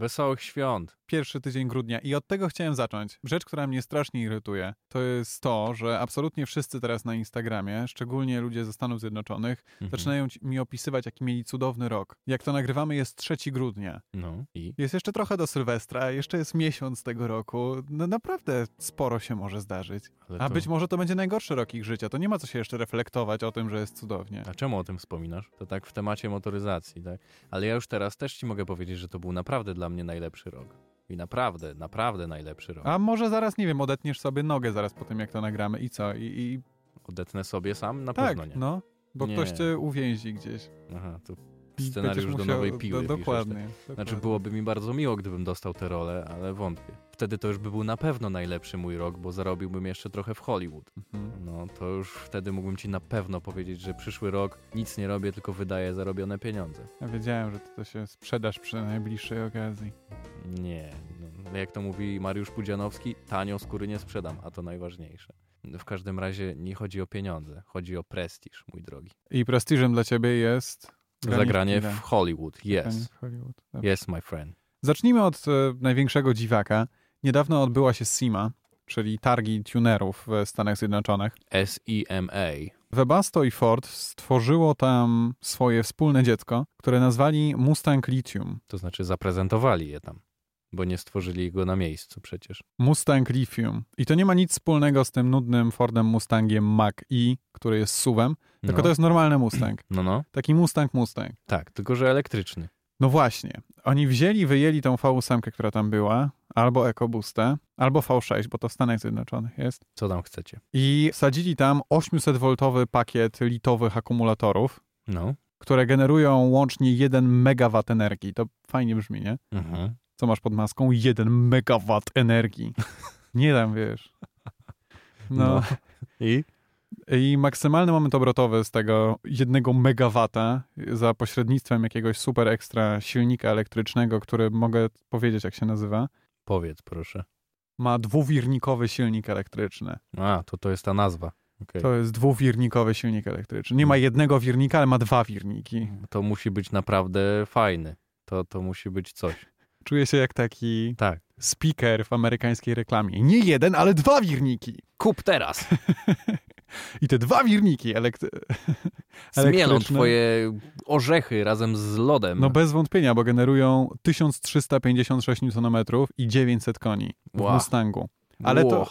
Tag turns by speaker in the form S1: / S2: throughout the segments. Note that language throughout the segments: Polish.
S1: Wesołych świąt.
S2: Pierwszy tydzień grudnia i od tego chciałem zacząć. Rzecz, która mnie strasznie irytuje, to jest to, że absolutnie wszyscy teraz na Instagramie, szczególnie ludzie ze Stanów Zjednoczonych,
S1: Mhm.
S2: zaczynają ci- mi opisywać, jaki mieli cudowny rok. Jak to nagrywamy, jest 3 grudnia.
S1: No i?
S2: Jest jeszcze trochę do Sylwestra, jeszcze jest miesiąc tego roku. No naprawdę sporo się może zdarzyć.
S1: Ale
S2: A
S1: No to-
S2: być może to będzie najgorszy rok ich życia. To nie ma co się jeszcze reflektować o tym, że jest cudownie.
S1: A czemu o tym wspominasz? To tak w temacie motoryzacji, tak? Ale ja już teraz też ci mogę powiedzieć, że to był naprawdę dla mnie najlepszy rok. I naprawdę, naprawdę najlepszy rok.
S2: A może zaraz, nie wiem, odetniesz sobie nogę zaraz po tym, jak to nagramy i co? I, i
S1: Odetnę sobie sam? Na
S2: tak,
S1: pewno nie.
S2: no. Bo
S1: Nie.
S2: ktoś cię uwięzi gdzieś.
S1: Aha, to
S2: I
S1: Scenariusz
S2: będziesz
S1: do
S2: musiał-
S1: nowej piły piszesz,
S2: dokładnie.
S1: Znaczy
S2: dokładnie.
S1: byłoby mi bardzo miło, gdybym dostał tę rolę, ale wątpię. Wtedy to już by był na pewno najlepszy mój rok, bo zarobiłbym jeszcze trochę w Hollywood.
S2: Mhm.
S1: No to już wtedy mógłbym ci na pewno powiedzieć, że przyszły rok nic nie robię, tylko wydaję zarobione pieniądze.
S2: Ja wiedziałem, że ty to się sprzedasz przy najbliższej okazji.
S1: Nie. No, jak to mówi Mariusz Pudzianowski, tanio skóry nie sprzedam, a to najważniejsze. W każdym razie nie chodzi o pieniądze, chodzi o prestiż, mój drogi.
S2: I prestiżem dla ciebie jest...
S1: Zagranie
S2: kina.
S1: w Hollywood,
S2: Granie
S1: yes.
S2: tak. w Hollywood. Dobrze.
S1: Yes, my friend.
S2: Zacznijmy od e, największego dziwaka. Niedawno odbyła się SIMA, czyli targi tunerów w Stanach Zjednoczonych.
S1: S-E-M-A.
S2: Webasto i Ford stworzyło tam swoje wspólne dziecko, które nazwali Mustang Lithium.
S1: To znaczy zaprezentowali je tam, bo nie stworzyli go na miejscu przecież.
S2: Mustang Lithium. I to nie ma nic wspólnego z tym nudnym Fordem Mustangiem Mach-E, który jest SUV-em, tylko
S1: no.
S2: to jest normalny Mustang.
S1: No, no.
S2: Taki Mustang Mustang.
S1: Tak, tylko że elektryczny.
S2: No właśnie. Oni wzięli, wyjęli tą V8, która tam była, albo EcoBoostę, albo V6, bo to w Stanach Zjednoczonych jest,
S1: Co tam chcecie?
S2: i sadzili tam 800-woltowy pakiet litowych akumulatorów,
S1: No.
S2: które generują łącznie 1 megawatt energii. To fajnie brzmi, nie?
S1: Mhm.
S2: Co masz pod maską? 1 megawatt energii. Nie dam, wiesz. No.
S1: I?
S2: I maksymalny moment obrotowy z tego 1 megawata za pośrednictwem jakiegoś super ekstra silnika elektrycznego, który mogę powiedzieć, jak się nazywa,
S1: Powiedz proszę.
S2: ma dwuwirnikowy silnik elektryczny.
S1: A, to to jest ta nazwa. Okej. Mm.
S2: To jest dwuwirnikowy silnik elektryczny. Nie ma jednego wirnika, ale ma dwa wirniki.
S1: To musi być naprawdę fajny. To, to musi być coś.
S2: Czuję się jak taki
S1: Tak.
S2: speaker w amerykańskiej reklamie. Nie jeden, ale dwa wirniki.
S1: Kup teraz!
S2: I te dwa wirniki elektry...
S1: Zmielą
S2: elektryczne-
S1: twoje orzechy razem z lodem.
S2: No bez wątpienia, bo generują 1356 Nm i 900 koni w
S1: Wow.
S2: Mustangu. no ale to-
S1: Ło.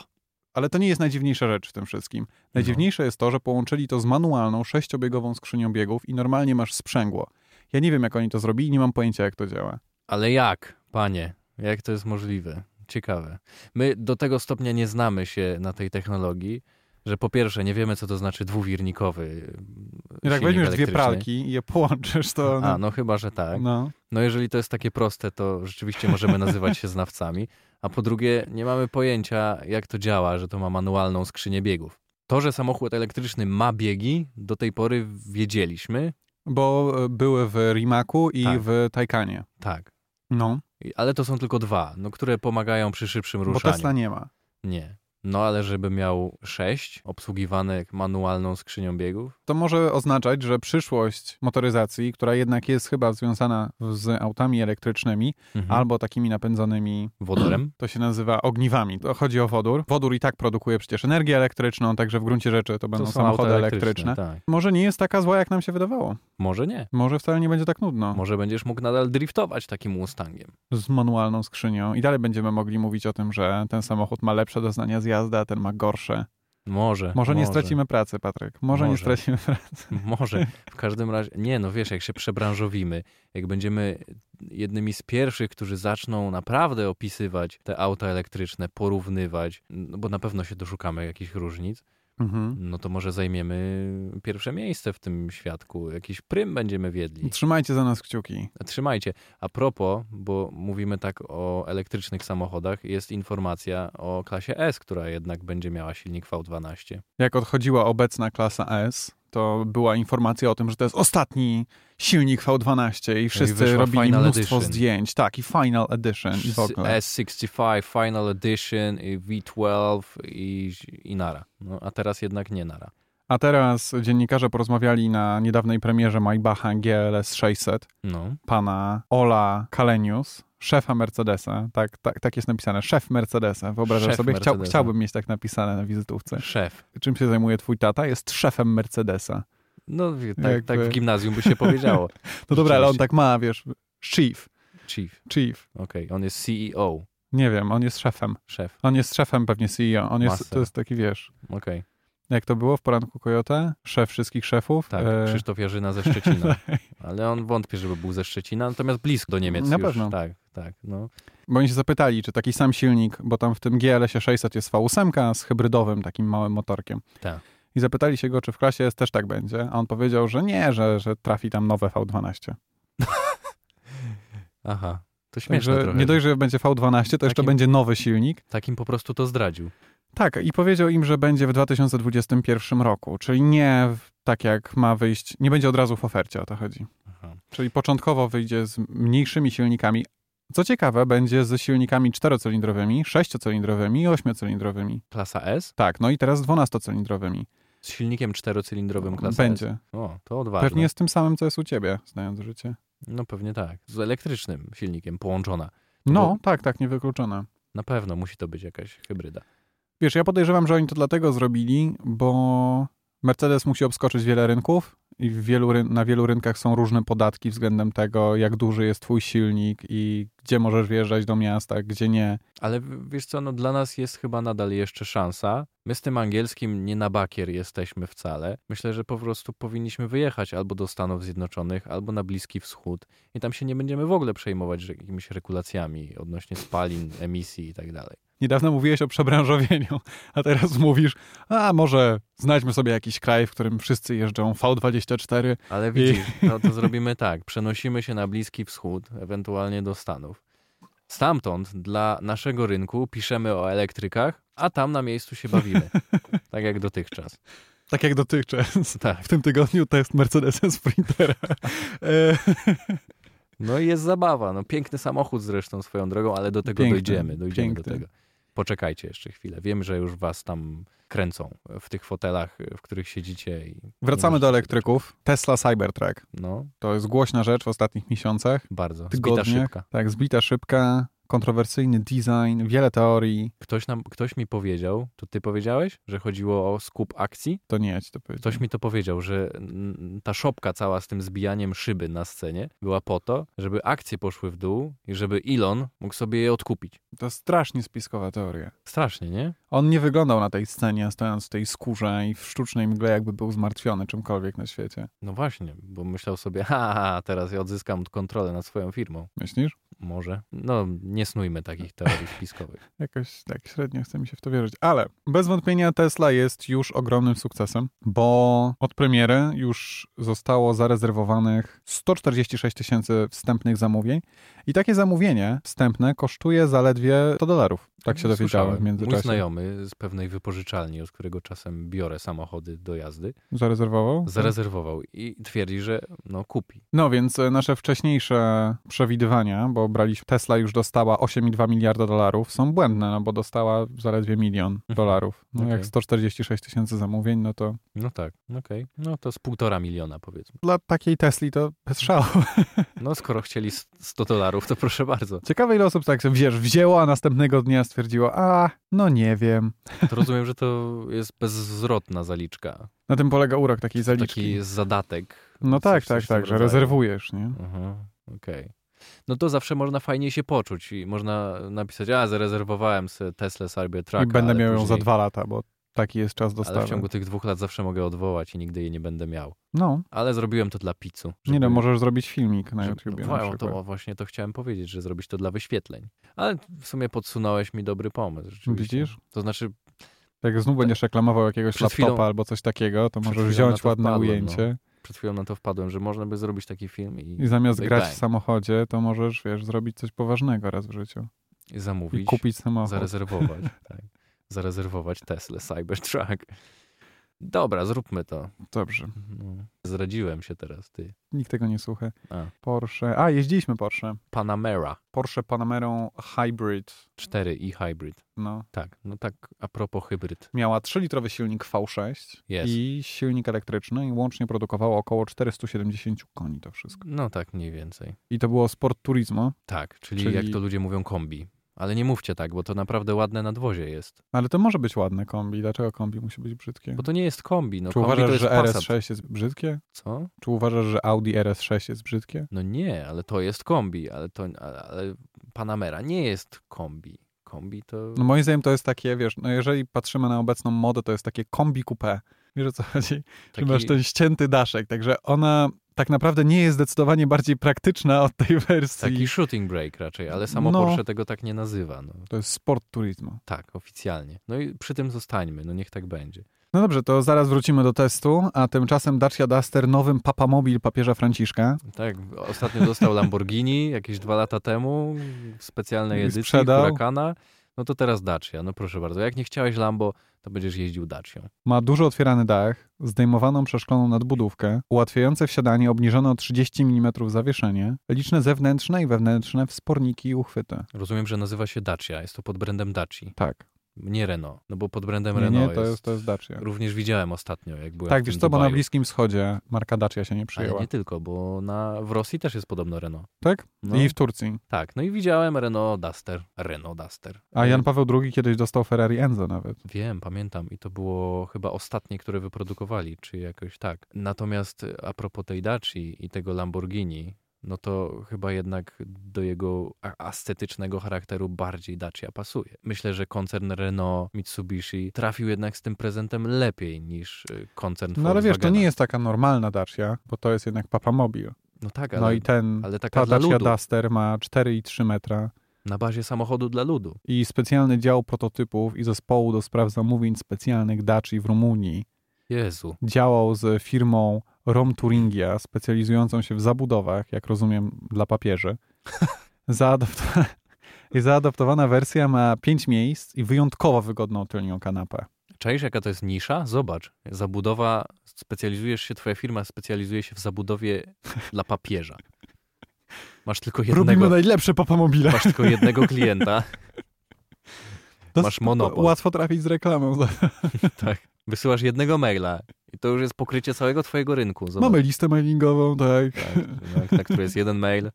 S2: Ale to nie jest najdziwniejsza rzecz w tym wszystkim. Najdziwniejsze jest to, że połączyli to z manualną, sześciobiegową skrzynią biegów i normalnie masz sprzęgło. Ja nie wiem, jak oni to zrobili, nie mam pojęcia, jak to działa.
S1: Ale jak, panie? Jak to jest możliwe? Ciekawe. My do tego stopnia nie znamy się na tej technologii, że po pierwsze nie wiemy, co to znaczy dwuwirnikowy. y,
S2: Jak
S1: silnik
S2: tak weźmiesz dwie
S1: elektryczny.
S2: pralki i je połączysz, to...
S1: A, no chyba, że tak.
S2: no.
S1: No jeżeli to jest takie proste, to rzeczywiście możemy nazywać się znawcami. A po drugie, nie mamy pojęcia, jak to działa, że to ma manualną skrzynię biegów. To, że samochód elektryczny ma biegi, do tej pory wiedzieliśmy,
S2: Bo e, były w Rimaku i
S1: Tak.
S2: w Taycanie.
S1: tak.
S2: No,
S1: I- Ale to są tylko dwa, no, które pomagają przy szybszym
S2: bo
S1: ruszaniu.
S2: Tesla nie ma.
S1: Nie. No ale żeby miał sześć obsługiwanych manualną skrzynią biegów?
S2: To może oznaczać, że przyszłość motoryzacji, która jednak jest chyba związana z autami elektrycznymi
S1: Mhm.
S2: albo takimi napędzonymi,
S1: Wodorem?
S2: to się nazywa ogniwami. To chodzi o wodór. Wodór i tak produkuje przecież energię elektryczną, także w gruncie rzeczy to będą
S1: To są
S2: samochody
S1: auta
S2: elektryczne.
S1: Tak.
S2: Może nie jest taka zła, jak nam się wydawało.
S1: Może nie.
S2: Może wcale nie będzie tak nudno
S1: Może będziesz mógł nadal driftować takim Mustangiem.
S2: z manualną skrzynią i dalej będziemy mogli mówić o tym, że ten samochód ma lepsze doznania z jazdy, a ten ma gorsze.
S1: Może.
S2: Może nie stracimy pracy, Patryk. Może, nie
S1: Może.
S2: stracimy pracy.
S1: Może. W każdym razie, nie, no wiesz, jak się przebranżowimy, jak będziemy jednymi z pierwszych, którzy zaczną naprawdę opisywać te auta elektryczne, porównywać, no bo na pewno się doszukamy jakichś różnic,
S2: Mhm.
S1: no to może zajmiemy pierwsze miejsce w tym świadku. Jakiś prym będziemy wiedli.
S2: Trzymajcie za nas kciuki.
S1: Trzymajcie. A propos, bo mówimy tak o elektrycznych samochodach, jest informacja o klasie S, która jednak będzie miała silnik V12.
S2: jak odchodziła obecna klasa S, to była informacja o tym, że to jest ostatni silnik V12 i wszyscy
S1: wyszła
S2: robili
S1: Final
S2: mnóstwo
S1: Edition.
S2: zdjęć. Tak, i Final Edition i w ogóle.
S1: S65 Final Edition, i V12 i, i Nara. No, a teraz jednak nie Nara.
S2: A teraz dziennikarze porozmawiali na niedawnej premierze Maybacha GLS 600
S1: No.
S2: pana Ola Kalenius, szefa Mercedesa. Tak, tak, tak jest napisane. Szef Mercedesa. Wyobrażasz
S1: Szef
S2: sobie? Chciał,
S1: Mercedesa.
S2: chciałbym mieć tak napisane na wizytówce.
S1: Szef.
S2: Czym się zajmuje twój tata? Jest szefem Mercedesa.
S1: No wie- tak, tak w
S2: Jakby-
S1: gimnazjum by się powiedziało.
S2: No dobra, ale on
S1: Rzeczywiście.
S2: tak ma, wiesz, chief,
S1: Chief.
S2: chief.
S1: Okej, on jest CEO.
S2: Nie wiem, on jest szefem.
S1: Szef.
S2: On jest szefem pewnie CEO. On jest,
S1: Masa.
S2: to jest taki, wiesz,
S1: Okej.
S2: jak to było w poranku Kojota? Szef wszystkich szefów.
S1: Tak,
S2: E,
S1: Krzysztof Jarzyna ze Szczecina. Ale on wątpię, żeby był ze Szczecina, natomiast blisko do Niemiec
S2: Na
S1: już.
S2: pewno.
S1: Tak, tak. No.
S2: Bo oni się zapytali, czy taki sam silnik, bo tam w tym GLS-ie 600 jest V8 z hybrydowym takim małym motorkiem.
S1: Tak.
S2: I zapytali się go, czy w klasie S też tak będzie, a on powiedział, że nie, że, że trafi tam nowe V12.
S1: Aha. To śmieszne
S2: Także
S1: trochę.
S2: nie dość, że będzie V12, to jeszcze
S1: Takim-
S2: będzie nowy silnik.
S1: Takim po prostu to zdradził.
S2: Tak, i powiedział im, że będzie w 2021 roku, czyli nie w, tak jak ma wyjść, nie będzie od razu w ofercie, o to chodzi.
S1: Aha.
S2: Czyli początkowo wyjdzie z mniejszymi silnikami. Co ciekawe, będzie z silnikami czterocylindrowymi, sześciocylindrowymi i ośmiocylindrowymi.
S1: Klasa S
S2: Tak, no i teraz dwunastocylindrowymi.
S1: z silnikiem czterocylindrowym klasy
S2: Będzie.
S1: S. O, to odważne.
S2: Pewnie z tym samym, co jest u ciebie, znając życie.
S1: No pewnie tak. Z elektrycznym silnikiem połączona.
S2: No,
S1: Bo-
S2: tak, tak, niewykluczone.
S1: Na pewno musi to być jakaś hybryda.
S2: Wiesz, ja podejrzewam, że oni to dlatego zrobili, bo Mercedes musi obskoczyć wiele rynków i w wielu, ryn- na wielu rynkach są różne podatki względem tego, jak duży jest twój silnik i gdzie możesz wjeżdżać do miasta, gdzie nie.
S1: Ale w- wiesz co, no dla nas jest chyba nadal jeszcze szansa. My z tym angielskim nie na bakier jesteśmy wcale. Myślę, że po prostu powinniśmy wyjechać albo do Stanów Zjednoczonych, albo na Bliski Wschód i tam się nie będziemy w ogóle przejmować że- jakimiś regulacjami odnośnie spalin, emisji i tak dalej.
S2: Niedawno mówiłeś o przebranżowieniu, a teraz mówisz, a może znajdźmy sobie jakiś kraj, w którym wszyscy jeżdżą V24.
S1: Ale widzisz, to, to zrobimy tak. Przenosimy się na Bliski Wschód, ewentualnie do Stanów. Stamtąd dla naszego rynku piszemy o elektrykach, a tam na miejscu się bawimy. Tak jak dotychczas.
S2: Tak jak dotychczas.
S1: Tak.
S2: W tym tygodniu test Mercedesa Sprintera. E,
S1: No i jest zabawa. No, piękny samochód zresztą swoją drogą, ale do tego
S2: Piękny,
S1: dojdziemy. Dojdziemy do
S2: piękny.
S1: tego. Poczekajcie jeszcze chwilę. Wiem, że już was tam kręcą w tych fotelach, w których siedzicie. I
S2: Wracamy
S1: możecie
S2: do elektryków. Tesla Cybertruck.
S1: No,
S2: To jest głośna rzecz w ostatnich miesiącach.
S1: bardzo. Zbita
S2: Tygodniach.
S1: szybka.
S2: Tak, zbita szybka, kontrowersyjny design, wiele teorii.
S1: Ktoś, nam, ktoś mi powiedział, to ty powiedziałeś, że chodziło o skup akcji?
S2: To nie ja ci to powiedziałem.
S1: Ktoś mi to powiedział, że mm, ta szopka cała z tym zbijaniem szyby na scenie była po to, żeby akcje poszły w dół i żeby Elon mógł sobie je odkupić.
S2: To strasznie spiskowa teoria.
S1: Strasznie, nie?
S2: On nie wyglądał na tej scenie, stojąc w tej skórze i w sztucznej mgle, jakby był zmartwiony czymkolwiek na świecie.
S1: No właśnie, bo myślał sobie, ha, ha, ha, teraz ja odzyskam kontrolę nad swoją firmą.
S2: Myślisz?
S1: Może. No, nie snujmy takich teorii spiskowych.
S2: Jakoś tak średnio chce mi się w to wierzyć. Ale bez wątpienia Tesla jest już ogromnym sukcesem, bo od premiery już zostało zarezerwowanych 146 tysięcy wstępnych zamówień i takie zamówienie wstępne kosztuje zaledwie 100 dolarów. Tak się dowiedziałem w
S1: Słyszałem. Mój
S2: międzyczasie.
S1: znajomy z pewnej wypożyczalni, od którego czasem biorę samochody do jazdy,
S2: Mhm. Zarezerwował?
S1: zarezerwował i twierdzi, że no kupi.
S2: No więc e, nasze wcześniejsze przewidywania, bo braliśmy, Tesla już dostała 8,2 miliarda dolarów, są błędne, no bo dostała zaledwie milion dolarów. No
S1: Mhm. Okej.
S2: jak 146 tysięcy zamówień, no to
S1: No tak, okej. No to z półtora miliona powiedzmy.
S2: dla takiej Tesli to bez szału.
S1: No skoro chcieli s- 100 dolarów, to proszę bardzo.
S2: Ciekawe ile osób tak, wiesz, wzięło, a następnego dnia stwierdziło, a, no nie wiem.
S1: To rozumiem, że to jest bezzwrotna zaliczka.
S2: Na tym polega urok takiej zaliczki.
S1: Taki zadatek.
S2: No
S1: Coś-
S2: tak,
S1: coś
S2: tak,
S1: w
S2: tak,
S1: tym
S2: że
S1: rodzaju.
S2: rezerwujesz, nie?
S1: Aha, okej. No to zawsze można fajnie się poczuć i można napisać, a zarezerwowałem sobie Tesla Cybertruck.
S2: I będę
S1: Tak, ale
S2: miał ją za
S1: później-
S2: dwa lata, bo taki jest czas
S1: Ale
S2: dostawy.
S1: w ciągu tych dwóch lat zawsze mogę odwołać i nigdy jej nie będę miał.
S2: No,
S1: Ale zrobiłem to dla pizzu.
S2: nie
S1: żeby-
S2: no, możesz zrobić filmik na
S1: żeby-
S2: YouTubie
S1: Wow,
S2: na przykład.
S1: to właśnie to chciałem powiedzieć, że zrobić to dla wyświetleń. Ale w sumie podsunąłeś mi dobry pomysł. rzeczywiście.
S2: Widzisz?
S1: To znaczy,
S2: Jak znów będziesz reklamował jakiegoś
S1: Przed chwilą-
S2: laptopa albo coś takiego, to
S1: przed
S2: możesz
S1: chwilą na
S2: wziąć
S1: to
S2: ładne
S1: wpadłem, no.
S2: ujęcie
S1: przed chwilą na to wpadłem, że można by zrobić taki film i,
S2: i zamiast
S1: Big
S2: grać
S1: bang.
S2: w samochodzie, to możesz, wiesz, zrobić coś poważnego raz w życiu.
S1: i
S2: I
S1: zamówić.
S2: kupić samochód.
S1: Zarezerwować, tak. Zarezerwować Tesla Cybertruck. Dobra, zróbmy to.
S2: Dobrze.
S1: No. Zradziłem się teraz, ty.
S2: Nikt tego nie słucha.
S1: A.
S2: Porsche. A, jeździliśmy Porsche.
S1: Panamera
S2: Porsche Panamerą Hybrid.
S1: 4 i hybrid.
S2: No.
S1: Tak, no tak a propos hybryd.
S2: Miała 3-litrowy silnik V6
S1: Jest.
S2: i silnik elektryczny i łącznie produkowało około 470 koni to wszystko.
S1: No tak mniej więcej.
S2: I to było Sport Turismo,
S1: Tak, czyli,
S2: Czyli-
S1: jak to ludzie mówią kombi. Ale nie mówcie tak, bo to naprawdę ładne nadwozie jest.
S2: ale to może być ładne kombi. Dlaczego kombi musi być brzydkie?
S1: Bo to nie jest kombi, no
S2: Czy
S1: kombi to
S2: uważasz,
S1: jest
S2: że
S1: Passat.
S2: RS6 jest brzydkie?
S1: Co?
S2: Czy uważasz, że Audi RS6 jest brzydkie?
S1: No nie, ale to jest kombi, ale to ale- ale Panamera nie jest kombi. Kombi to
S2: No moim zdaniem to jest takie, wiesz, no jeżeli patrzymy na obecną modę, to jest takie kombi coupé. Wiesz o co chodzi? Że masz
S1: taki...
S2: ten ścięty daszek, także ona tak naprawdę nie jest zdecydowanie bardziej praktyczna od tej wersji.
S1: Taki shooting break raczej, ale samo
S2: No.
S1: Porsche tego tak nie nazywa. No,
S2: To jest sport turismo.
S1: tak, oficjalnie. No i przy tym zostańmy, no niech tak będzie.
S2: No dobrze, to zaraz wrócimy do testu, a tymczasem Dacia Duster nowym papamobil papieża Franciszka
S1: Tak, ostatnio dostał Lamborghini jakieś dwa lata temu w specjalnej
S2: I
S1: edycji
S2: sprzedał.
S1: Huracana. No to teraz Dacia, no proszę bardzo. Jak nie chciałeś Lambo, to będziesz jeździł Dacią.
S2: ma dużo otwierany dach, zdejmowaną przeszkloną nadbudówkę, ułatwiające wsiadanie obniżone o 30 mm zawieszenie, liczne zewnętrzne i wewnętrzne wsporniki i uchwyty.
S1: Rozumiem, że nazywa się Dacia, jest to pod brandem Daci,
S2: Tak,
S1: nie Renault, no bo pod brandem
S2: nie, nie
S1: Renault
S2: to, jest,
S1: jest...
S2: to jest Dacia.
S1: Również widziałem ostatnio, jak byłem
S2: Tak,
S1: w
S2: wiesz
S1: tym
S2: co, bo na
S1: Dubaju.
S2: Bliskim Wschodzie marka Dacia się nie
S1: Ale
S2: przyjęła.
S1: nie tylko, bo na, w Rosji też jest podobno Renault.
S2: Tak?
S1: No.
S2: I w Turcji.
S1: Tak, no i widziałem Renault Duster. Renault Duster. E,
S2: A Jan Paweł II kiedyś dostał Ferrari Enzo nawet.
S1: Wiem, pamiętam i to było chyba ostatnie, które wyprodukowali, czy jakoś tak. Natomiast y, a propos tej Daci i tego Lamborghini, no to chyba jednak do jego a- estetycznego charakteru bardziej Dacia pasuje. Myślę, że koncern Renault Mitsubishi trafił jednak z tym prezentem lepiej niż y, koncern
S2: No ale wiesz, to nie
S1: Volkswagena.
S2: jest taka normalna Dacia, bo to jest jednak papamobil.
S1: No tak, ale,
S2: No i ten,
S1: ale taka
S2: ta
S1: dla
S2: Dacia
S1: ludu,
S2: Duster ma 4,3 metra.
S1: na bazie samochodu dla ludu.
S2: i specjalny dział prototypów i zespołu do spraw zamówień specjalnych Daci w Rumunii
S1: Jezu,
S2: działał z firmą Rom Turingia, specjalizującą się w zabudowach, jak rozumiem, dla papieży. Zaadoptowana, I zaadoptowana wersja ma 5 miejsc i wyjątkowo wygodną tylnią kanapę.
S1: Czaisz, jaka to jest nisza? Zobacz, zabudowa, specjalizujesz się, twoja firma specjalizuje się w zabudowie dla papieża. Masz tylko jednego,
S2: najlepsze papamobile.
S1: masz tylko jednego klienta,
S2: To
S1: masz
S2: s-
S1: monopol.
S2: No,
S1: No,
S2: Łatwo trafić z reklamą.
S1: tak. wysyłasz jednego maila i to już jest pokrycie całego twojego rynku. Zobacz,
S2: Mamy listę mailingową, tak.
S1: Tak, tak, na który jest jeden mail do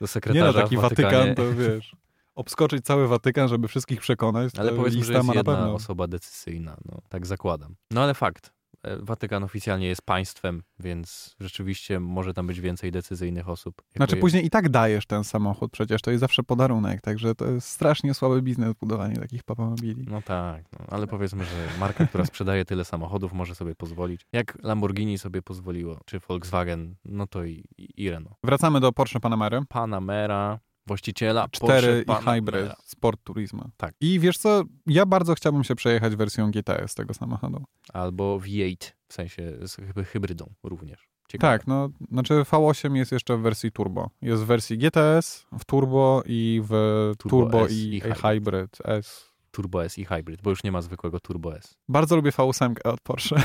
S2: Nie
S1: sekretarza
S2: na taki
S1: w
S2: Watykan,
S1: Watykanie.
S2: to wiesz. Obskoczyć cały Watykan, żeby wszystkich przekonać.
S1: Ale
S2: to
S1: powiedzmy, że
S2: lista
S1: jest
S2: ma na
S1: jedna
S2: pewno.
S1: osoba decyzyjna, no, tak zakładam. No ale fakt, e, Watykan oficjalnie jest państwem, więc rzeczywiście może tam być więcej decyzyjnych osób. Jakby
S2: Znaczy
S1: je-
S2: później i tak dajesz ten samochód, przecież to jest zawsze podarunek, także to jest strasznie słaby biznes budowanie takich papamobili.
S1: No tak, no, ale powiedzmy, że marka, która sprzedaje tyle samochodów, może sobie pozwolić. Jak Lamborghini sobie pozwoliło, czy Volkswagen, no to i, i i Renault.
S2: Wracamy do Porsche Panamera.
S1: Panamera, właściciela Porsche
S2: 4 i
S1: Panamera.
S2: Hybrid Sport Turismo.
S1: Tak.
S2: I wiesz co, ja bardzo chciałbym się przejechać wersją GTS tego samochodu.
S1: Albo V8, w sensie z chyba hybrydą również. Ciekawe.
S2: Tak, no, znaczy V8 jest jeszcze w wersji turbo. Jest w wersji GTS, w turbo i w turbo,
S1: S
S2: i,
S1: i
S2: hybrid.
S1: hybrid.
S2: S.
S1: Turbo S i Hybrid, bo już nie ma zwykłego Turbo S.
S2: Bardzo lubię V8 od Porsche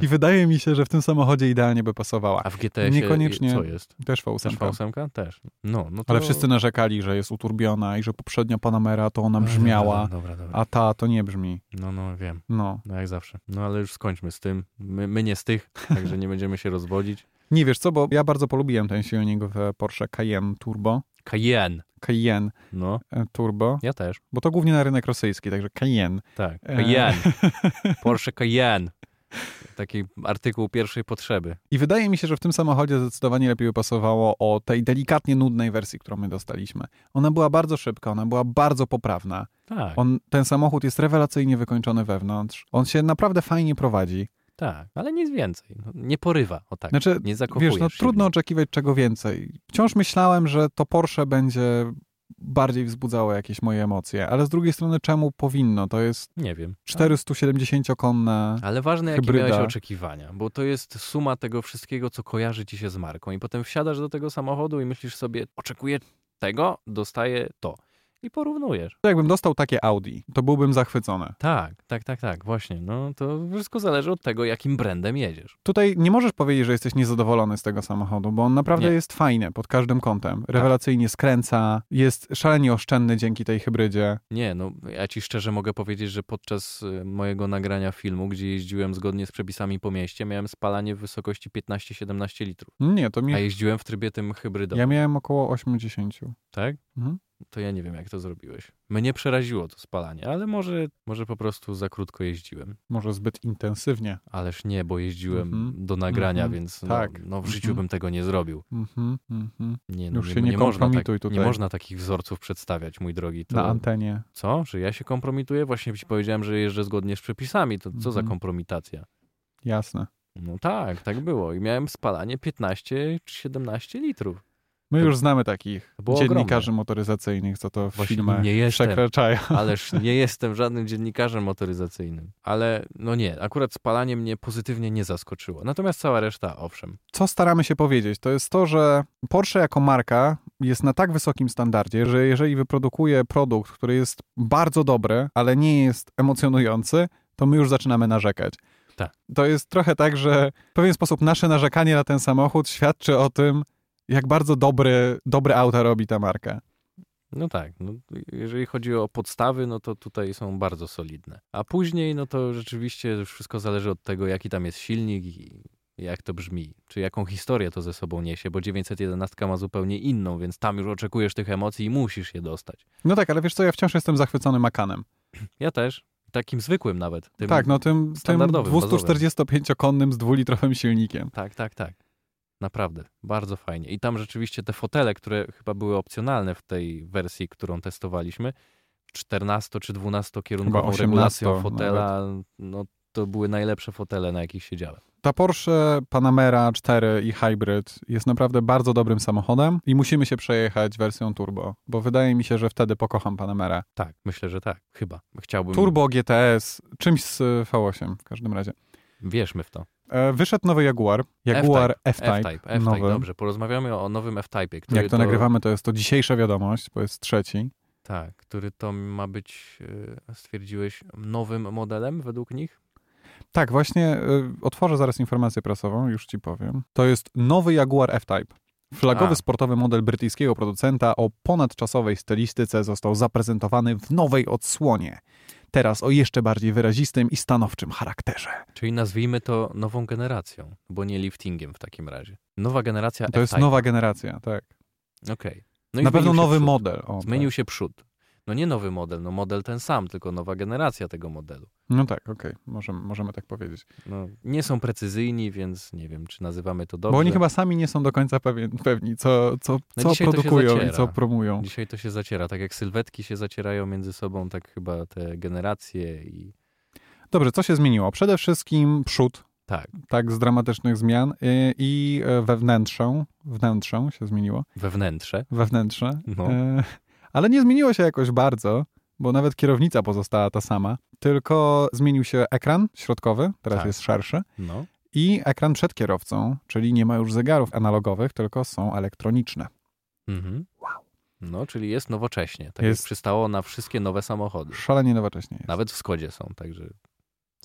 S2: i wydaje mi się, że w tym samochodzie idealnie by pasowała.
S1: A w GTS
S2: Tak. Niekoniecznie.
S1: co jest?
S2: Też
S1: Też
S2: V8.
S1: V8? Też. No, no to...
S2: Ale wszyscy narzekali, że jest uturbiona i że poprzednia Panamera to ona brzmiała,
S1: No, Dobra, dobra. dobra.
S2: a ta to nie brzmi.
S1: No, no, wiem.
S2: No.
S1: No jak zawsze. No ale już skończmy z tym. My, my nie z tych, także nie będziemy się rozwodzić.
S2: Nie wiesz co, bo ja bardzo polubiłem ten silnik w Porsche Cayenne Turbo.
S1: Cayenne.
S2: Cayenne
S1: No,
S2: e, Turbo,
S1: ja też.
S2: bo to głównie na rynek rosyjski, także Cayenne.
S1: Tak.
S2: E.
S1: Cayenne. Porsche Cayenne. Taki artykuł pierwszej potrzeby.
S2: I wydaje mi się, że w tym samochodzie zdecydowanie lepiej by pasowało o tej delikatnie nudnej wersji, którą my dostaliśmy. Ona była bardzo szybka, ona była bardzo poprawna.
S1: Tak,
S2: On, ten samochód jest rewelacyjnie wykończony wewnątrz. On się naprawdę fajnie prowadzi.
S1: tak. Ale nic więcej. No, nie porywa, o tak.
S2: Znaczy,
S1: nie zakochujesz
S2: Wiesz, no
S1: się w
S2: trudno
S1: nim.
S2: oczekiwać czego więcej. Wciąż myślałem, że to Porsche będzie bardziej wzbudzało jakieś moje emocje, ale z drugiej strony czemu powinno? To jest
S1: Nie wiem. Tak.
S2: 470-konna...
S1: Ale ważne, jakie
S2: hybryda.
S1: miałeś oczekiwania, bo to jest suma tego wszystkiego, co kojarzy ci się z marką. I potem wsiadasz do tego samochodu i myślisz sobie, oczekuję tego, dostaję to. i porównujesz.
S2: To jakbym dostał takie Audi, to byłbym zachwycony.
S1: Tak, tak, tak, tak, właśnie. No to wszystko zależy od tego, jakim brandem jedziesz.
S2: Tutaj nie możesz powiedzieć, że jesteś niezadowolony z tego samochodu, bo on naprawdę
S1: Nie. Tak.
S2: jest fajny pod każdym kątem. Rewelacyjnie skręca, jest szalenie oszczędny dzięki tej hybrydzie.
S1: Nie, no ja ci szczerze mogę powiedzieć, że podczas y, mojego nagrania filmu, gdzie jeździłem zgodnie z przepisami po mieście, miałem spalanie w wysokości 15-17 litrów.
S2: Nie, to mi...
S1: A jeździłem w trybie tym hybrydowym,
S2: Ja miałem około 80.
S1: tak?
S2: Mhm.
S1: To ja nie wiem, jak to zrobiłeś. Mnie przeraziło to spalanie, ale może, może po prostu za krótko jeździłem.
S2: Może zbyt intensywnie.
S1: Ależ nie, bo jeździłem
S2: Mhm.
S1: do nagrania,
S2: Mhm.
S1: więc
S2: Tak.
S1: no, no w życiu
S2: Mhm.
S1: bym tego nie zrobił.
S2: Mhm, mhm.
S1: Nie, no,
S2: Już
S1: nie,
S2: się nie
S1: można tak,
S2: kompromituj
S1: nie
S2: tutaj.
S1: można takich wzorców przedstawiać, mój drogi. To,
S2: Na antenie.
S1: co? Że ja się kompromituję? Właśnie ci powiedziałem, że jeżdżę zgodnie z przepisami. To co za
S2: Mhm.
S1: kompromitacja?
S2: Jasne.
S1: No tak, tak było. I miałem spalanie 15 czy 17 litrów.
S2: My
S1: To-
S2: już znamy takich
S1: to było
S2: dziennikarzy
S1: ogromne.
S2: motoryzacyjnych, co to w
S1: Właśnie
S2: filmach
S1: nie jestem.
S2: przekraczają.
S1: Ależ nie jestem żadnym dziennikarzem motoryzacyjnym. Ale no nie, akurat spalanie mnie pozytywnie nie zaskoczyło. Natomiast cała reszta, owszem.
S2: Co staramy się powiedzieć, to jest to, że Porsche jako marka jest na tak wysokim standardzie, że jeżeli wyprodukuje produkt, który jest bardzo dobry, ale nie jest emocjonujący, to my już zaczynamy narzekać.
S1: Tak.
S2: To jest trochę tak, że w pewien sposób nasze narzekanie na ten samochód świadczy o tym, jak bardzo dobry, dobre auta robi ta marka.
S1: No tak, no, jeżeli chodzi o podstawy, no to tutaj są bardzo solidne. A później, no to rzeczywiście wszystko zależy od tego, jaki tam jest silnik i jak to brzmi, czy jaką historię to ze sobą niesie, bo 911 ma zupełnie inną, więc tam już oczekujesz tych emocji i musisz je dostać.
S2: No tak, ale wiesz co, ja wciąż jestem zachwycony Makanem.
S1: Ja też, takim zwykłym nawet. Tym,
S2: tak, no tym, tym
S1: standardowym,
S2: 245-konnym z dwulitrowym silnikiem.
S1: Tak, tak, tak. Naprawdę, bardzo fajnie. I tam rzeczywiście te fotele, które chyba były opcjonalne w tej wersji, którą testowaliśmy, 14 czy 12 kierunkową
S2: 18
S1: regulacją fotela, no to były najlepsze fotele, na jakich siedziałem.
S2: Ta Porsche Panamera 4 i Hybrid jest naprawdę bardzo dobrym samochodem i musimy się przejechać wersją turbo, bo wydaje mi się, że wtedy pokocham Panamerę.
S1: Tak, myślę, że tak, chyba. Chciałbym,
S2: Turbo GTS, czymś z y, V8 w każdym razie.
S1: wierzmy w to.
S2: E, wyszedł nowy Jaguar, Jaguar F-Type,
S1: F-Type, F-Type,
S2: nowy.
S1: dobrze, porozmawiamy o nowym F-Typie. który
S2: Jak to, nagrywamy, to jest to dzisiejsza wiadomość, bo jest trzeci.
S1: Tak, który to ma być, y, stwierdziłeś, nowym modelem według nich?
S2: Tak, właśnie y, otworzę zaraz informację prasową, już ci powiem. To jest nowy Jaguar F-Type. Flagowy
S1: A.
S2: sportowy model brytyjskiego producenta o ponadczasowej stylistyce został zaprezentowany w nowej odsłonie. Teraz o jeszcze bardziej wyrazistym i stanowczym charakterze.
S1: Czyli nazwijmy to nową generacją, bo nie liftingiem w takim razie. Nowa generacja
S2: To jest
S1: F-Type.
S2: nowa generacja, tak.
S1: Okej. No i
S2: Na pewno
S1: zmienił się
S2: nowy
S1: przód.
S2: model. O, tak.
S1: Zmienił się przód. No nie nowy model, no model ten sam, tylko nowa generacja tego modelu.
S2: tak. No tak, okej, możemy, możemy tak powiedzieć.
S1: No, nie są precyzyjni, więc nie wiem, czy nazywamy to dobrze.
S2: Bo oni chyba sami nie są do końca pewien, pewni, co, co,
S1: No
S2: co
S1: dzisiaj to się
S2: produkują i
S1: zaciera.
S2: co promują.
S1: Dzisiaj to się zaciera, tak jak sylwetki się zacierają między sobą, tak chyba te generacje i...
S2: Dobrze, co się zmieniło? Przede wszystkim przód.
S1: Tak.
S2: Tak, z dramatycznych zmian. I, i e, we wnętrze, wnętrze się zmieniło.
S1: Wewnętrze.
S2: We wnętrze.
S1: No.
S2: E, Ale nie zmieniło się jakoś bardzo, bo nawet kierownica pozostała ta sama. Tylko zmienił się ekran środkowy, teraz
S1: Tak.
S2: jest szerszy.
S1: No.
S2: I ekran przed kierowcą, czyli nie ma już zegarów analogowych, tylko są elektroniczne.
S1: Mhm. No, czyli jest nowocześnie. Tak
S2: Jest.
S1: jak przystało na wszystkie nowe samochody.
S2: Szalenie nowocześnie jest.
S1: Nawet w Skodzie są, także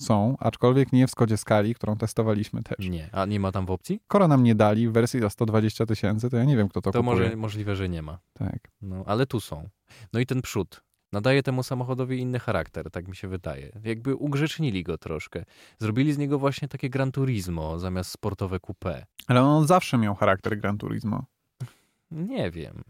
S2: Są, aczkolwiek nie w Skodzie Skali, którą testowaliśmy też.
S1: nie. A nie ma tam w opcji?
S2: Skoro nam nie dali w wersji za 120 tysięcy, to ja nie wiem, kto to,
S1: To
S2: kupuje.
S1: może możliwe, że nie ma.
S2: Tak.
S1: No, ale tu są. No i ten przód. Nadaje temu samochodowi inny charakter, tak mi się wydaje. Jakby ugrzecznili go troszkę. Zrobili z niego właśnie takie Gran Turismo zamiast sportowe coupé.
S2: Ale on zawsze miał charakter Gran Turismo.
S1: Nie wiem.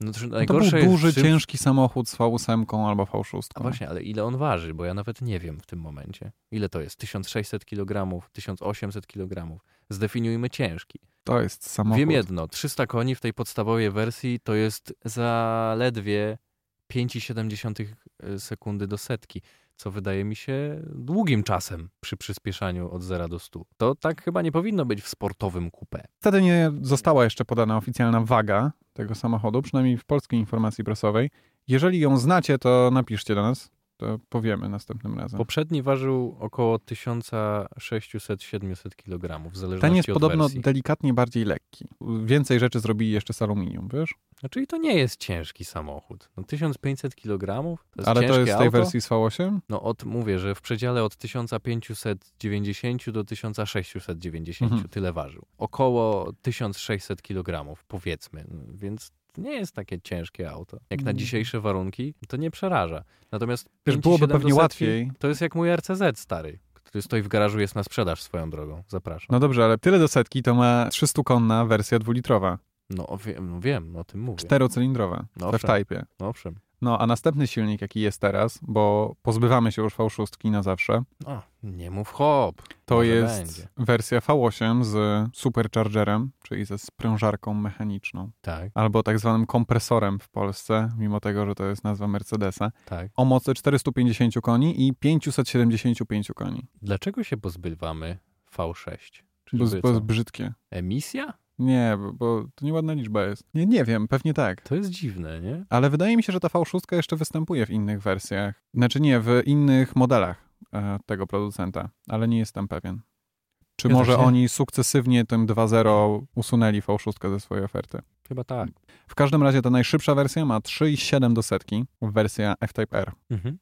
S1: No, to,
S2: No to był
S1: najgorsze
S2: duży,
S1: jest w czym-
S2: ciężki samochód z V8 albo No, V6.
S1: A właśnie, ale ile on waży, bo ja nawet nie wiem w tym momencie. Ile to jest? 1600 kg, 1800 kg. Zdefiniujmy ciężki.
S2: To jest samochód.
S1: Wiem jedno, 300 koni w tej podstawowej wersji to jest zaledwie 5,7 e, sekundy do setki, co wydaje mi się długim czasem przy przyspieszaniu od 0 do 100. To tak chyba nie powinno być w sportowym coupé.
S2: Wtedy nie została jeszcze podana oficjalna waga tego samochodu, przynajmniej w polskiej informacji prasowej. Jeżeli ją znacie, to napiszcie do nas. To powiemy następnym razem.
S1: Poprzedni ważył około 1600-700 kg, w zależności
S2: Ten jest
S1: od
S2: podobno
S1: wersji.
S2: delikatnie bardziej lekki. Więcej rzeczy zrobili jeszcze z aluminium, wiesz?
S1: No, czyli to nie jest ciężki samochód. No, 1500 kg, to jest
S2: Ale
S1: ciężkie
S2: to jest w tej
S1: auto.
S2: wersji z V8?
S1: No od, mówię, że w przedziale od 1590 do 1690
S2: Mhm.
S1: tyle ważył. Około 1600 kg powiedzmy, więc nie jest takie ciężkie auto. Jak na
S2: Mm.
S1: dzisiejsze warunki, to nie przeraża. Natomiast
S2: Wiesz, byłoby
S1: 57
S2: pewnie
S1: do setki
S2: łatwiej.
S1: To jest jak mój RCZ stary, który stoi w garażu, jest na sprzedaż swoją drogą. Zapraszam.
S2: No dobrze, ale tyle do setki to ma 300-konna wersja dwulitrowa,
S1: No, o wiem, no wiem, o tym mówię.
S2: czterocylindrowa,
S1: No
S2: w type
S1: No owszem.
S2: No, a następny silnik, jaki jest teraz, bo pozbywamy się już V6 na zawsze,
S1: No, nie mów hop.
S2: to
S1: Może
S2: jest
S1: będzie.
S2: wersja V8 z superchargerem, czyli ze sprężarką mechaniczną,
S1: Tak,
S2: albo tak zwanym kompresorem w Polsce, mimo tego, że to jest nazwa Mercedesa,
S1: tak.
S2: o mocy 450 koni i 575 koni.
S1: Dlaczego się pozbywamy V6? Czyli
S2: Bo,
S1: wy co?
S2: bo jest brzydkie.
S1: Emisja?
S2: Nie, bo, bo to nieładna liczba jest. Nie, nie wiem, pewnie tak.
S1: To jest dziwne, nie?
S2: Ale wydaje mi się, że ta V6 jeszcze występuje w innych wersjach. Znaczy nie, w innych modelach e, tego producenta, ale nie jestem pewien. Czy
S1: Zgadza
S2: może
S1: się.
S2: oni sukcesywnie tym 2.0 usunęli V6 ze swojej oferty?
S1: Chyba tak.
S2: W każdym razie ta najszybsza wersja ma 3,7 do setki, wersja F-Type R.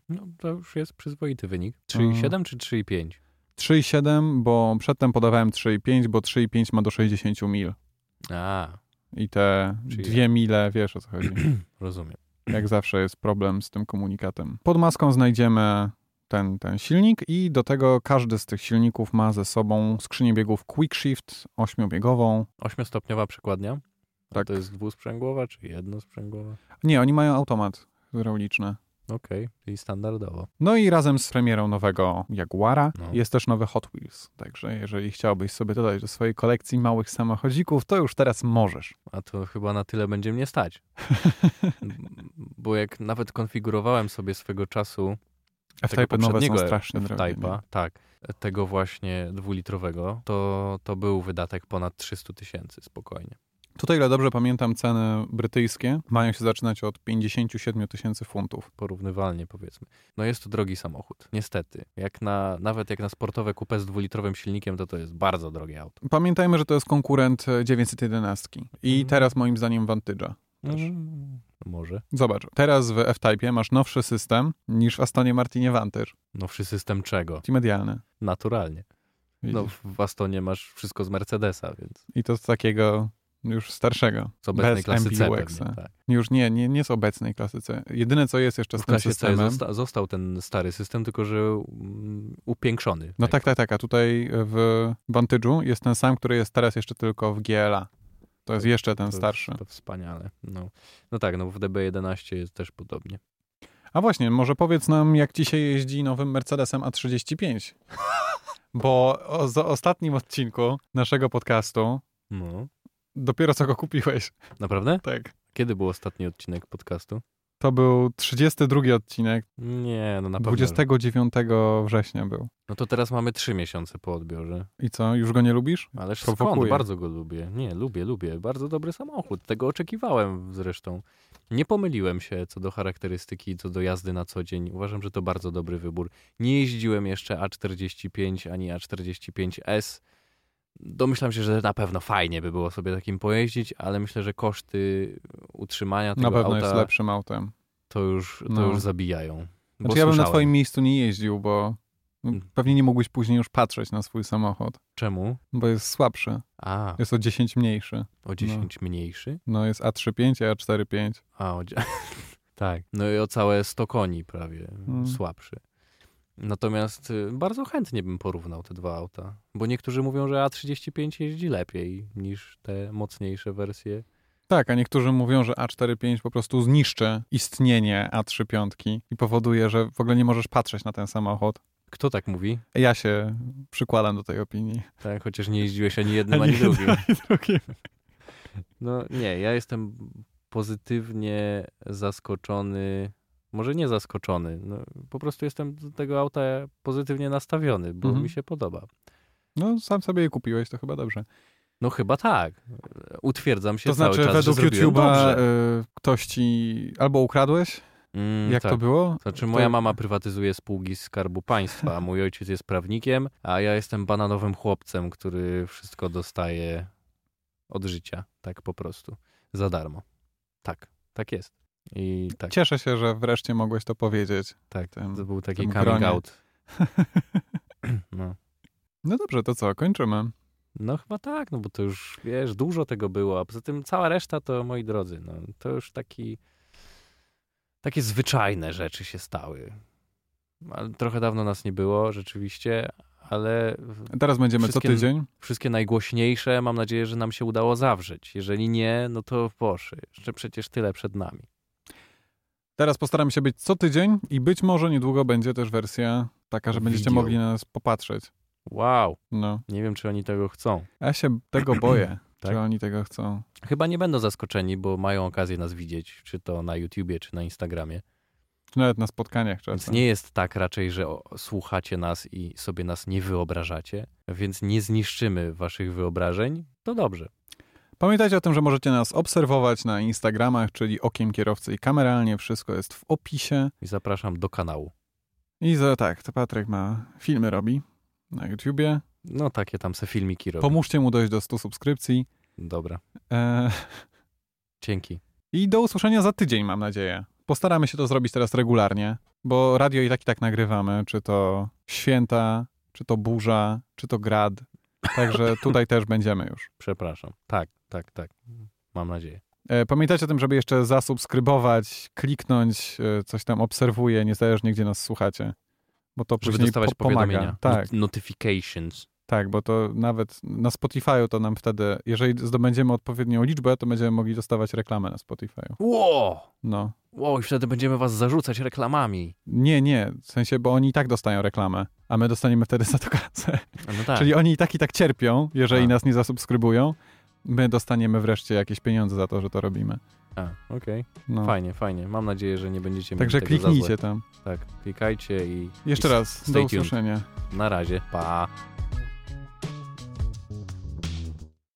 S1: No, to już jest przyzwoity wynik. No. 3,7 czy 3,5?
S2: 3,7, bo przedtem podawałem 3,5, bo 3,5 ma do 60 mil.
S1: A,
S2: I te
S1: Czyli-
S2: dwie mile, wiesz o co chodzi.
S1: rozumiem.
S2: jak zawsze jest problem z tym komunikatem. Pod maską znajdziemy ten, ten silnik i do tego każdy z tych silników ma ze sobą skrzynię biegów QuickShift, ośmiobiegową.
S1: Ośmiostopniowa przekładnia? A
S2: Tak.
S1: To jest dwusprzęgłowa czy jednosprzęgłowa?
S2: Nie, oni mają automat hydrauliczny.
S1: Okej, czyli standardowo.
S2: No i razem z premierą nowego Jaguara
S1: No.
S2: jest też nowy Hot Wheels. Także jeżeli chciałbyś sobie dodać do swojej kolekcji małych samochodzików, to już teraz możesz.
S1: A to chyba na tyle będzie mnie stać. M- Bo jak nawet konfigurowałem sobie swego czasu
S2: F-Type nowe są
S1: poprzedniego
S2: strasznie drogie. nie?
S1: Type'a, tak, tego właśnie dwulitrowego, to, to był wydatek ponad 300 tysięcy spokojnie.
S2: Tutaj, ile dobrze pamiętam, ceny brytyjskie mają się zaczynać od 57 tysięcy funtów.
S1: porównywalnie powiedzmy. No jest to drogi samochód, niestety. Jak na, nawet jak na sportowe kupę z dwulitrowym silnikiem, to to jest bardzo drogie auto.
S2: Pamiętajmy, że to jest konkurent e, 911 i
S1: Mhm.
S2: teraz moim zdaniem Vantage'a. Też.
S1: Mm, Może.
S2: Zobacz, teraz w F-Type masz nowszy system niż w Astonie Martinie Vantage,
S1: Nowszy No, system czego?
S2: multimedialny.
S1: Naturalnie. No
S2: No.
S1: w w Astonie masz wszystko z Mercedesa, więc
S2: I to z takiego już starszego,
S1: z obecnej
S2: Bez
S1: klasy C
S2: MPUX-a.
S1: pewnie, tak.
S2: już nie, nie, nie z obecnej klasy C. Jedyne co jest jeszcze z
S1: W
S2: tym
S1: klasie C
S2: systemem...
S1: zosta, został ten stary system, tylko że mm, upiększony.
S2: No tak, tak, tak, a tutaj w Vantage'u jest ten sam, który jest teraz jeszcze tylko w GLA. To jest jeszcze ten
S1: Tak. To-
S2: starszy.
S1: To wspaniale. No. no tak, no w DB11 jest też podobnie.
S2: A właśnie, może powiedz nam, jak ci się jeździ nowym Mercedesem A35. Bo o, z ostatnim odcinku naszego podcastu
S1: No.
S2: dopiero co go kupiłeś.
S1: Naprawdę?
S2: Tak.
S1: Kiedy był ostatni odcinek podcastu?
S2: To był 32 odcinek,
S1: Nie, no na pewno. że-
S2: 29 września był.
S1: No to teraz mamy trzy miesiące po odbiorze.
S2: I co, już go nie lubisz?
S1: Ależ skąd?
S2: Prowokuję.
S1: Bardzo go lubię. Nie, lubię, lubię. Bardzo dobry samochód. Tego oczekiwałem zresztą. Nie pomyliłem się co do charakterystyki, co do jazdy na co dzień. Uważam, że to bardzo dobry wybór. Nie jeździłem jeszcze A45 ani A45S. Domyślam się, że na pewno fajnie by było sobie takim pojeździć, ale myślę, że koszty utrzymania tego
S2: Na pewno
S1: auta
S2: jest lepszym autem.
S1: to już, to
S2: No.
S1: już zabijają. Bo
S2: Znaczy ja bym na
S1: słyszałem.
S2: twoim miejscu nie jeździł, bo
S1: Mhm.
S2: pewnie nie mógłbyś później już patrzeć na swój samochód,
S1: Czemu?
S2: bo jest słabszy.
S1: A,
S2: Jest o 10 mniejszy.
S1: o 10 mniejszy?
S2: No jest A35 i A45.
S1: A, o, dzia- tak. No i o całe 100 koni prawie
S2: Mm.
S1: słabszy. Natomiast y, bardzo chętnie bym porównał te dwa auta, bo niektórzy mówią, że A35 jeździ lepiej niż te mocniejsze wersje.
S2: Tak, a niektórzy mówią, że A45 po prostu zniszczy istnienie A35 i powoduje, że w ogóle nie możesz patrzeć na ten samochód.
S1: Kto tak mówi?
S2: Ja się przykładam do tej opinii.
S1: Tak, chociaż nie jeździłeś ani jednym, ani
S2: Ani jednym,
S1: drugim.
S2: Drugi.
S1: No nie, ja jestem pozytywnie zaskoczony, może nie zaskoczony, no, po prostu jestem do tego auta pozytywnie nastawiony, bo
S2: Mhm.
S1: mi się podoba.
S2: No, sam sobie je kupiłeś, to chyba dobrze.
S1: No chyba tak. Utwierdzam się
S2: to znaczy,
S1: cały czas,
S2: według e,
S1: że zrobiłem
S2: YouTube'a
S1: dobrze.
S2: y, ktoś ci albo ukradłeś,
S1: Mm,
S2: Jak
S1: tak.
S2: to było?
S1: Znaczy, moja
S2: to-
S1: mama prywatyzuje spółki Skarbu Państwa, a mój ojciec jest prawnikiem, a ja jestem bananowym chłopcem, który wszystko dostaje od życia, tak po prostu, za darmo. Tak, tak jest. I tak,
S2: Cieszę się, że wreszcie mogłeś to powiedzieć.
S1: tak,
S2: tym-
S1: to był taki
S2: tym
S1: coming
S2: gronie.
S1: out. No.
S2: No dobrze, to co, kończymy.
S1: no chyba tak, no bo to już, wiesz, dużo tego było, a poza tym cała reszta to, moi drodzy, no, to już taki, takie zwyczajne rzeczy się stały. Ale Trochę dawno nas nie było, rzeczywiście, ale
S2: Teraz będziemy
S1: Wszystkie-
S2: co tydzień.
S1: wszystkie najgłośniejsze, mam nadzieję, że nam się udało zawrzeć. Jeżeli nie, no to Boże, jeszcze przecież tyle przed nami.
S2: Teraz postaram się być co tydzień i być może niedługo będzie też wersja taka, że będziecie
S1: Video.
S2: mogli na nas popatrzeć.
S1: Wow,
S2: No.
S1: nie wiem, czy oni tego chcą.
S2: Ja się tego boję,
S1: Tak?
S2: czy oni tego chcą.
S1: Chyba nie będą zaskoczeni, bo mają okazję nas widzieć, czy to na YouTubie, czy na Instagramie.
S2: Czy nawet na spotkaniach
S1: Więc
S2: często.
S1: nie jest tak raczej, że o- słuchacie nas i sobie nas nie wyobrażacie, więc nie zniszczymy waszych wyobrażeń. To dobrze.
S2: Pamiętajcie o tym, że możecie nas obserwować na Instagramach, czyli Okiem Kierowcy i Kameralnie. Wszystko jest w opisie.
S1: I zapraszam do kanału.
S2: I za, tak, to Patryk ma filmy robi na YouTubie.
S1: No takie tam se filmiki robię.
S2: Pomóżcie mu dojść do 100 subskrypcji.
S1: Dobra,
S2: E,
S1: dzięki.
S2: I do usłyszenia za tydzień, mam nadzieję. Postaramy się to zrobić teraz regularnie, bo radio i tak i tak nagrywamy, czy to święta, czy to burza, czy to grad. Także tutaj też będziemy już.
S1: Przepraszam. Tak, tak, tak. Mam nadzieję.
S2: E, Pamiętajcie o tym, żeby jeszcze zasubskrybować, kliknąć, e, coś tam obserwuję, niezależnie gdzie nas słuchacie. Bo to
S1: Żeby
S2: później
S1: dostawać
S2: po- pomaga.
S1: powiadomienia.
S2: Tak,
S1: Not- Notifications.
S2: tak, bo to nawet na Spotify'u to nam wtedy, jeżeli zdobędziemy odpowiednią liczbę, to będziemy mogli dostawać reklamę na Spotify'u.
S1: Ło!
S2: No.
S1: Ło, i wtedy będziemy was zarzucać reklamami.
S2: Nie, nie, w sensie, bo oni i tak dostają reklamę, a my dostaniemy wtedy za to kasę.
S1: No tak.
S2: Czyli oni i tak i tak cierpią, jeżeli
S1: Tak.
S2: nas nie zasubskrybują. My dostaniemy wreszcie jakieś pieniądze za to, że to robimy.
S1: A, okej.
S2: No.
S1: Fajnie, fajnie. Mam nadzieję, że nie będziecie
S2: Także
S1: mieli tego za złe.
S2: kliknijcie tam.
S1: Tak, klikajcie i
S2: Jeszcze raz,
S1: stay
S2: do
S1: tuned.
S2: usłyszenia.
S1: na razie. Pa.